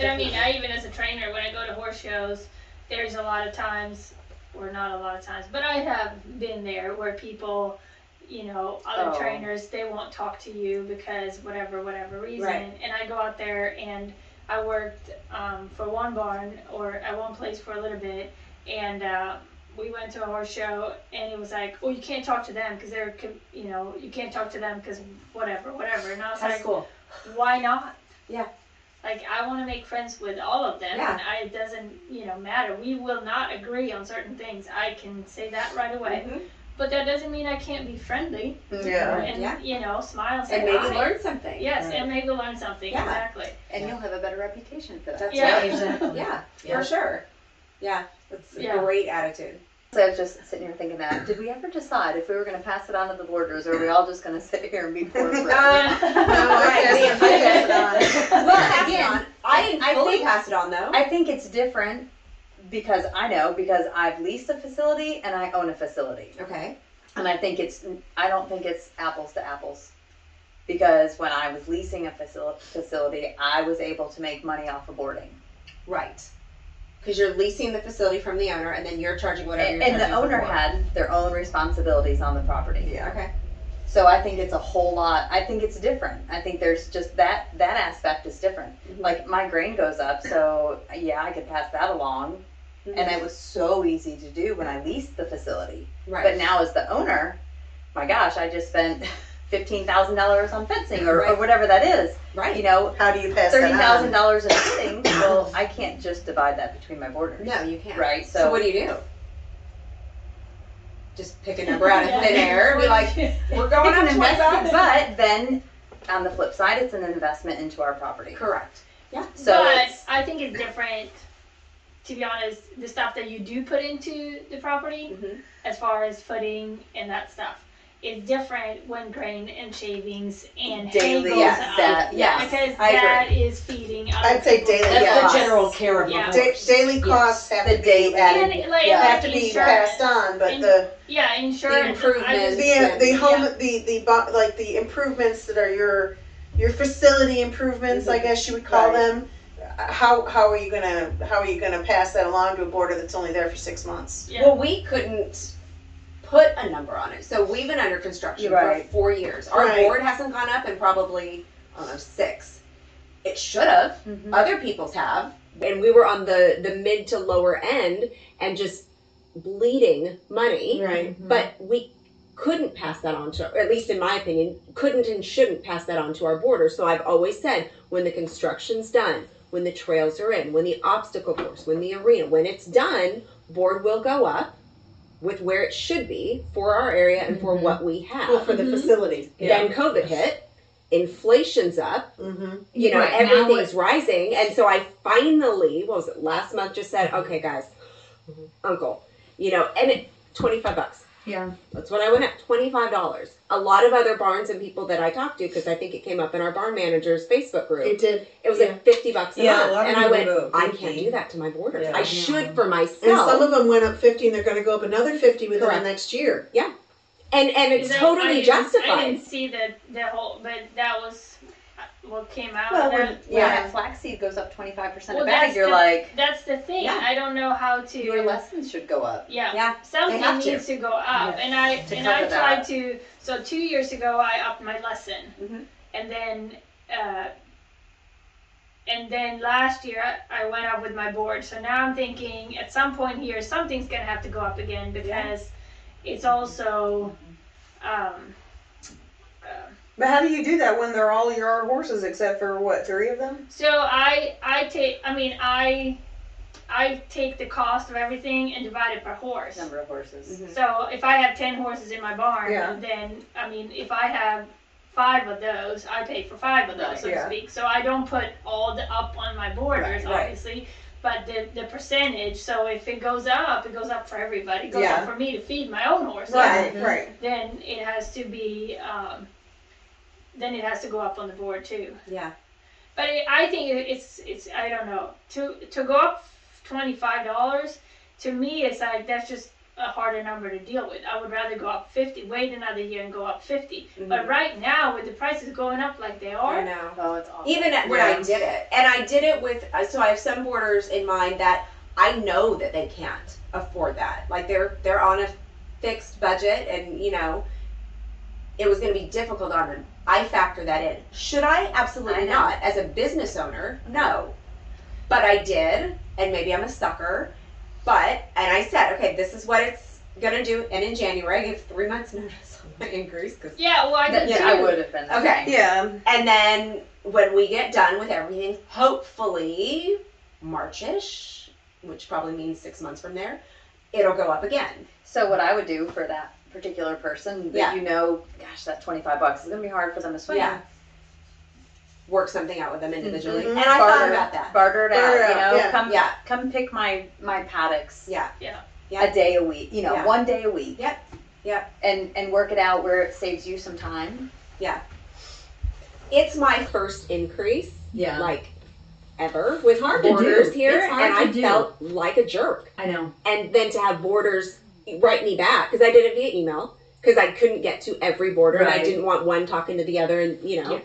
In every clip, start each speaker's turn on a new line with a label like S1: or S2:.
S1: even as a trainer, when I go to horse shows, there's a lot of times, or not a lot of times, but I have been there where people, you know, other
S2: Oh.
S1: trainers, they won't talk to you because whatever, whatever reason.
S2: Right.
S1: And I go out there and I worked um, for one barn or at one place for a little bit, and uh, we went to a horse show, and it was like, oh, you can't talk to them because they're, com- you know, you can't talk to them because whatever, whatever. And I was
S2: That's
S1: like,
S2: cool.
S1: why not?
S2: Yeah.
S1: Like I want to make friends with all of them,
S2: Yeah.
S1: and I, it doesn't, you know, matter. We will not agree on certain things. I can say that right away,
S2: Mhm.
S1: but that doesn't mean I can't be friendly
S3: Mm-hmm.
S4: Yeah.
S2: Right,
S1: and
S2: yeah.
S1: you know, smile and say
S2: And maybe
S1: hi.
S2: learn something.
S1: Yes,
S5: Right.
S1: and maybe learn something
S2: Yeah.
S1: exactly.
S3: And you'll have a better reputation for that.
S2: That's
S1: Yeah.
S2: right.
S5: Exactly.
S2: Yeah,
S5: Yeah.
S2: for sure. Yeah, that's a
S1: Yeah.
S2: great attitude.
S3: So I was just sitting here thinking that. Did we ever decide if we were going to pass it on to the boarders, or are we all just going to sit here and be poor forever?
S2: Um,
S4: No, I
S2: Right.
S4: guess I guess not.
S2: Well,
S3: Well,
S2: again,
S3: again,
S2: I didn't
S3: I
S2: fully
S3: think-
S2: pass it on though.
S3: I think it's different because I know because I've leased a facility and I own a facility.
S2: Okay.
S3: And I think it's, I don't think it's apples to apples. Because when I was leasing a facil- facility, I was able to make money off of boarding.
S2: Right. Because you're leasing the facility from the owner, and then you're charging whatever
S3: And,
S2: you're
S3: and the
S2: charging
S3: owner
S2: for.
S3: had their own responsibilities on the property.
S4: Yeah.
S2: Okay.
S3: So I think it's a whole lot, I think it's different. I think there's just that, that aspect is different.
S2: Mhm.
S3: Like my grain goes up, so yeah, I could pass that along. And it was so easy to do when I leased the facility.
S2: right.
S3: But now as the owner, my gosh, I just spent fifteen thousand dollars on fencing or, or
S2: Right. um,
S3: whatever that is.
S2: right.
S3: You know,
S4: How do you pass that
S3: thirty thousand
S4: on?
S3: dollars in fencing. Well, I can't just divide that between my boarders.
S2: no, you can't.
S3: Right.
S2: So,
S3: So,
S2: what do you do? Just pick a number out of thin air and be like, we're going
S3: it's
S2: on
S3: an
S2: an
S3: investment,
S2: investment.
S3: but then on the flip side, it's an investment into our property.
S2: Correct.
S3: So
S1: but
S3: it's-
S1: I think it's different. To be honest, the stuff that you do put into the property,
S2: Mhm.
S1: as far as footing and that stuff, is different when grain and shavings and hay
S3: daily,
S1: goes
S3: yes,
S1: up.
S3: that,
S2: Yeah,
S3: yes.
S1: because
S3: I agree.
S1: that is feeding. other
S4: I'd say
S1: people's-
S4: daily,
S5: That's
S4: yeah.
S5: the general care of the
S1: Yeah.
S4: Da-
S5: horse.
S4: daily
S5: Yes.
S4: costs have
S3: The
S4: to
S3: daily-
S4: be added.
S1: And, like,
S3: Yeah.
S1: like
S4: Have to be
S1: insurance.
S4: passed on, but
S1: And-
S4: the
S1: Yeah, insurance. I
S2: improvements.
S1: just-
S4: the the home
S1: Yeah.
S4: the the bo- like the improvements that are your your facility improvements, I guess you would call
S2: Right.
S4: them. uh, How how are you gonna how are you gonna pass that along to a boarder that's only there for six months?
S1: Yeah.
S2: Well, we couldn't put a number on it. So we've been under construction
S3: Right.
S2: for four years. Our
S4: Right.
S2: board hasn't gone up in probably, I don't know, six. It should have.
S3: Mhm.
S2: other people's have and we were on the the mid to lower end and just bleeding money
S4: Right.
S3: Mm-hmm.
S5: Mm-hmm.
S2: but we couldn't pass that on to or at least in my opinion couldn't and shouldn't pass that on to our boarders. so i've always said when the construction's done when the trails are in when the obstacle course when the arena when it's done board will go up with where it should be for our area and for
S5: Mhm.
S2: what we have
S5: Well, for the
S1: Mhm.
S5: facility.
S2: then covid hit inflation's up
S4: Mm-hmm.
S2: you know
S5: Right, now
S2: everything's rising and so i finally what was it last month just said okay guys uncle you know and it 25 bucks
S5: Yeah.
S2: that's what i went up 25 dollars a lot of other barns and people that i talked to because i think it came up in our barn managers facebook group it,
S4: did.
S2: was
S5: yeah.
S2: like 50 bucks a
S5: Yeah, a
S2: month
S5: lot of
S2: and i
S5: people
S2: went
S5: vote
S2: i
S5: 50.
S2: can't do that to my boarders
S5: Yeah.
S2: i should
S5: Yeah.
S2: for
S4: And
S2: myself
S4: some of them went up fifty, and they're going to go up another fifty within
S2: Correct.
S4: the next year.
S2: and and it's
S1: Because I- I
S2: totally
S1: didn't- I
S2: justified
S1: didn't see the the whole, but that was what came out.
S3: well,
S1: of that.
S3: when,
S2: Yeah.
S3: when flaxseed goes up twenty five percent
S1: Well,
S3: a bag,
S1: that's
S3: you're
S1: the-
S3: like
S1: That's the thing.
S2: Yeah.
S1: I don't know how to.
S3: your lessons should go up.
S1: Yeah.
S2: Yeah,
S1: Something
S2: have to.
S1: needs to go up,
S5: Yes,
S1: and I
S3: to
S1: and I
S3: cover that
S1: tried
S3: up. Mm-hmm.
S1: to. So two years ago, I upped my lesson,
S2: Mhm.
S1: and then. Uh, and then last year I I went up with my board, so now I'm thinking at some point here something's gonna have to go up again because it's also
S3: Mm-hmm.
S1: um, uh,
S4: But how do you do that when they're all your horses except for what three of them?
S1: So I I take I mean I I take the cost of everything and divide it per horse.
S3: Number of horses.
S1: So if I have ten horses in my barn,
S4: Yeah.
S1: then I mean if I have five of those, I pay for five of those,
S3: Right,
S1: so
S4: yeah.
S1: to speak. So I don't put all the up on my borders,
S3: Right, right.
S1: obviously. But the, the percentage, so if it goes up, it goes up for everybody. It goes
S4: Yeah.
S1: up for me to feed my own horses
S5: Mhm.
S4: right.
S1: then it has to be um, then it has to go up on the board too.
S2: Yeah.
S1: But it, I think it- it's it's I don't know to to go up twenty five dollars to me it's like that's just a harder number to deal with. I would rather go up 50, wait another year and go up 50. But right now, with the prices going up like they
S2: I
S1: are,
S2: know.
S3: Oh, it's awful.
S2: Even at, when I
S3: Yeah.
S2: did it, and I did it with, uh, so I have some boarders in mind that I know that they can't afford that. Like they're they're on a fixed budget, and you know, it was going to be difficult on them. I factor that in. Should I? Absolutely
S3: I know.
S2: not. As a business owner, no. But I did, and maybe I'm a sucker. But and I said, okay, this is what it's gonna do. And in January, I gave three months notice on my increase because
S1: yeah, well, I did
S3: Yeah,
S1: too.
S3: I would have been. the
S2: Okay.
S3: same.
S4: Yeah.
S2: And then when we get done with everything, hopefully Marchish, which probably means six months from there, it'll go up again.
S3: So what I would do for that particular person that
S2: Yeah.
S3: you know, gosh, that twenty five bucks is gonna be hard for them to swing.
S2: Yeah. Work something out with them individually.
S4: Mhm.
S6: Mm-hmm.
S2: And I thought
S3: Barter.
S2: about that. Um,
S3: Barter it
S4: Barter
S3: out,
S4: it
S3: you
S4: out,
S3: know.
S4: yeah.
S3: Come
S2: Yeah.
S3: come pick my my paddocks
S2: Yeah.
S3: a day a week. You know,
S2: Yeah.
S3: one day a week.
S2: Yep. Yep.
S3: And and work it out where it saves you some time.
S2: It's my
S7: first increase
S6: Yeah,
S7: like ever
S6: It's
S7: with
S6: hard to
S7: borders
S6: do.
S7: here,
S6: It's hard
S7: and
S6: to
S7: I
S6: do.
S7: felt like a jerk.
S6: I know.
S7: And then to have borders write me back because I did it via email because I couldn't get to every border and I
S6: Right.
S7: didn't want one talking to the other, and you know.
S6: Yeah.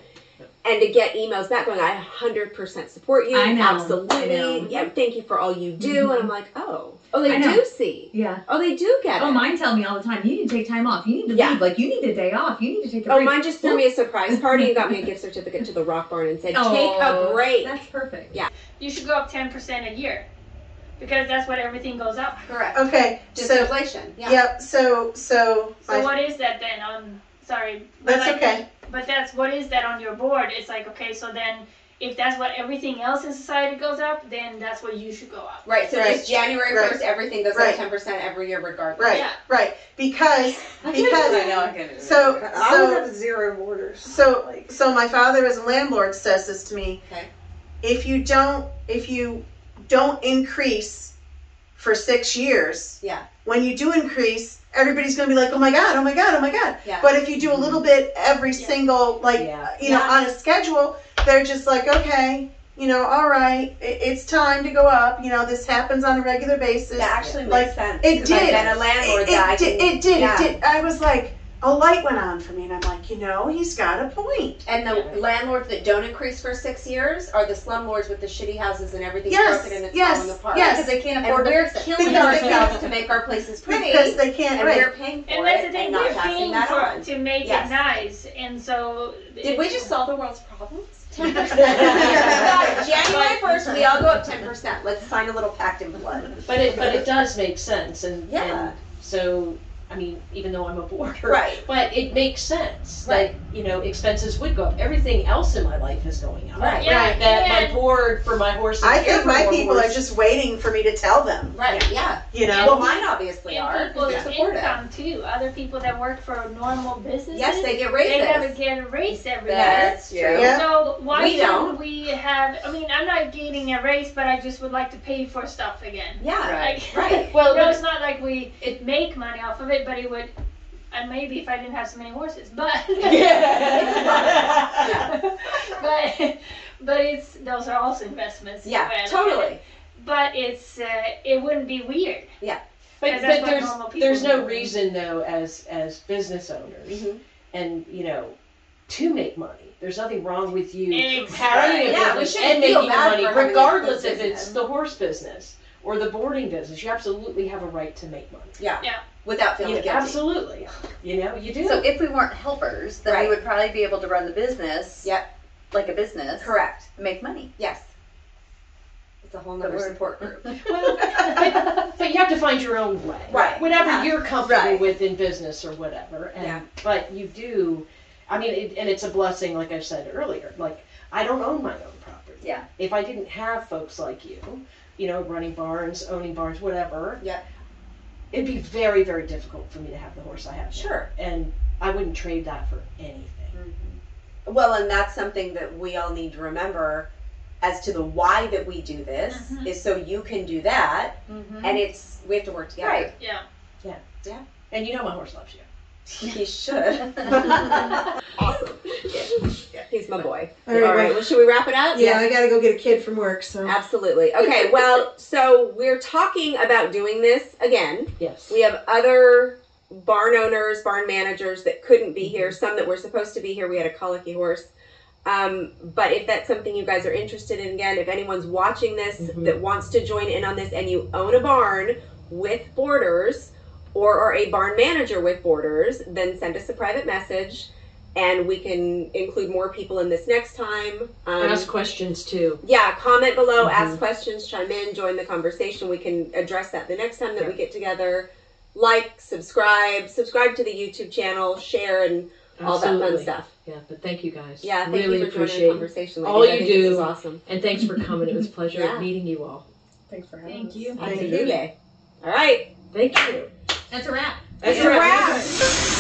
S7: And to get emails back going, I 100% support you.
S6: I know, I
S7: Absolutely.
S6: know.
S7: Yeah, thank you for all you do. And I'm like, oh, oh,
S6: I
S7: they
S6: know.
S7: do see.
S6: Yeah.
S7: Oh, they do get it.
S6: Oh, mine tell me all the time. You need to take time off. You need to
S7: Yeah.
S6: leave. Like you need a day off. You need to take a
S7: Oh,
S6: break.
S7: mine just threw me a surprise party and got me a gift certificate to the Rock Barn and said, "Take a
S6: Oh,
S7: break."
S6: That's perfect.
S1: You should go up 10% a year because that's what everything goes up.
S2: correct.
S4: Okay.
S2: Just
S4: so
S2: inflation. Yeah.
S4: Yep. So so
S1: So
S4: my,
S1: what is that then on, sorry. but
S4: that's
S1: like-
S4: okay.
S1: But that's, what is that on your board? It's like, okay, so then if that's what everything else in society goes up, then that's what you should go up.
S2: Right. So
S4: Right.
S2: just January
S4: Right.
S2: 1st, everything goes
S4: Right.
S2: up 10% every year regardless.
S4: Right.
S1: Yeah.
S4: Right. Because because
S3: I know I can.
S4: so
S8: I would
S4: so
S8: have zero orders.
S4: so
S8: Like,
S4: so my father as a landlord says this to me.
S2: Okay.
S4: If you don't if you don't increase for six years,
S2: Yeah.
S4: When you do increase, everybody's gonna be like, Oh my god, oh my god, oh my god.
S2: Yeah.
S4: But if you do a little bit every
S1: Yeah.
S4: single like
S6: Yeah.
S4: you know,
S2: Yeah.
S4: on a schedule, they're just like, okay, you know, all right, i- it's time to go up. You know, this happens on a regular basis.
S2: That actually
S4: Like,
S2: makes sense.
S4: it
S2: 'cause I've
S4: did.
S2: been a landlord
S4: it,
S2: that I
S4: it, did,
S2: can-
S4: it did,
S2: yeah.
S4: it did. I was like, a light went on for me, and I'm like, you know, he's got a point.
S2: And the
S1: Yeah.
S2: landlords that don't increase for six years are the slumlords with the shitty houses and everything's
S4: Yes,
S2: broken and it's
S4: yes,
S2: falling apart.
S4: yes.
S2: Because they can't
S3: And
S2: afford
S3: we're
S2: to fix it.
S3: killing
S2: because
S4: ourselves
S2: to make our places pretty,
S4: Because they can't.
S2: and
S4: Right.
S2: we're paying for
S1: And
S2: it
S1: that's the
S2: and
S1: thing,
S2: not
S1: we're
S2: passing
S1: paying
S2: that
S1: for,
S2: on.
S1: to make it
S2: Yes.
S1: nice, and so.
S2: Did we just solve the world's problems? 10%.
S4: But-
S2: January first, we all go up ten percent. Let's sign a little pact in blood.
S9: But it, but it does make sense, and,
S2: Yeah.
S9: and so, I mean, even though I'm a boarder.
S2: Right.
S9: But it makes sense
S2: Right.
S9: that, you know, expenses would go up, everything else in my life is going up.
S2: Right.
S1: Yeah,
S4: Right.
S9: That my
S1: and-
S9: board for my horses.
S4: I
S9: and
S4: think my
S9: for
S4: people are
S9: horse-
S4: just waiting for me to tell them.
S2: Right. Yeah.
S4: You
S2: Well,
S4: know,
S2: mine obviously are
S1: And
S2: because
S1: people's
S2: they're supportive.
S1: income too, other people that work for normal businesses.
S2: Yes, they get
S1: They never
S2: raises.
S1: get a raise every year.
S3: That's
S2: Yeah.
S3: true.
S4: Yeah.
S1: So why
S2: We
S1: shouldn't
S2: don't.
S1: we have, I mean, I'm not getting a raise, but I just would like to pay for stuff again.
S2: Yeah.
S1: Like,
S2: Right.
S9: Well,
S1: no,
S9: but-
S1: it's not like we make money off of it, but it would, and maybe if I didn't have so many horses, but. But, but it's, those are also investments. the way I
S2: Yeah.
S1: look at it.
S2: Totally.
S1: But it's, uh, it wouldn't be weird.
S9: But,
S1: Because that's
S9: but
S1: what normal
S9: there's,
S1: people
S9: there's no
S1: do.
S9: reason though, as, as business owners,
S2: Mhm.
S9: and, you know, to make money. There's nothing wrong with you
S1: Exactly.
S9: having a
S2: Yeah, we
S9: business
S2: shouldn't
S9: and
S2: feel
S9: making
S2: bad for
S9: money,
S2: having a
S9: regardless if
S2: business.
S9: it's the horse business or the boarding business. You absolutely have a right to make money.
S2: Without
S9: You
S2: feeling
S9: know,
S2: guilty.
S9: absolutely. You know, you do.
S3: So if we weren't helpers, then
S2: Right.
S3: we would probably be able to run the business.
S2: Yep.
S3: Like a business.
S2: Correct.
S3: Make money.
S2: Yes. It's a whole
S3: But
S2: nother
S3: we're-
S2: support group.
S9: Well, but, but you have to find your own way.
S2: Right.
S9: Whatever
S2: Yeah.
S9: you're comfortable
S3: Right.
S9: with in business or whatever. And,
S2: Yeah.
S9: But you do, I mean, it, and it's a blessing, like I said earlier. Like, I don't own my own property.
S3: Yeah.
S9: If I didn't have folks like you, you know, running barns, owning barns, whatever.
S2: Yeah.
S9: It'd be very, very difficult for me to have the horse I have. now.
S2: Sure.
S9: And I wouldn't trade that for anything.
S3: Mm-hmm.
S2: Well, and that's something that we all need to remember as to the why that we do this
S1: Mhm.
S2: is so you can do that,
S3: Mm-hmm.
S2: and it's we have to work together.
S3: Right.
S1: Yeah.
S9: And you know my horse loves you.
S3: He should. Mm-hmm.
S2: Awesome. Yeah. Yeah, He's my boy.
S4: All right,
S2: All right.
S4: well-
S2: Well, should we wrap it up?
S4: Yeah, I gotta go get a kid from work, so.
S2: Absolutely. Okay, well, so we're talking about doing this again.
S9: Yes.
S2: We have other barn owners, barn managers that couldn't be here, some that were supposed to be here. We had a colicky horse. Um, but if that's something you guys are interested in, again, if anyone's watching this
S9: Mhm.
S2: that wants to join in on this and you own a barn with borders or are a barn manager with borders, then send us a private message and we can include more people in this next time. Um,
S10: Ask questions too.
S2: yeah, comment below,
S10: Mm-hmm.
S9: Mhm.
S2: ask questions, chime in, join the conversation. We can address that the next time that we get together. Like, subscribe, subscribe to the YouTube channel, share, and all that fun
S10: Absolutely.
S2: stuff.
S10: Yeah, but thank you guys.
S2: Yeah, thank
S10: really
S2: you for joining
S10: appreciate
S2: the conversation.
S10: all
S2: ladies. I
S10: you
S2: think This
S10: do.
S2: is awesome.
S10: And thanks for coming. It was a pleasure
S2: Yeah.
S10: meeting you all.
S6: Thanks for having
S10: Thank
S6: us.
S10: you.
S2: Absolutely. All right.
S10: Thank you.
S6: That's a wrap.
S2: That's
S9: Yeah.
S2: a wrap.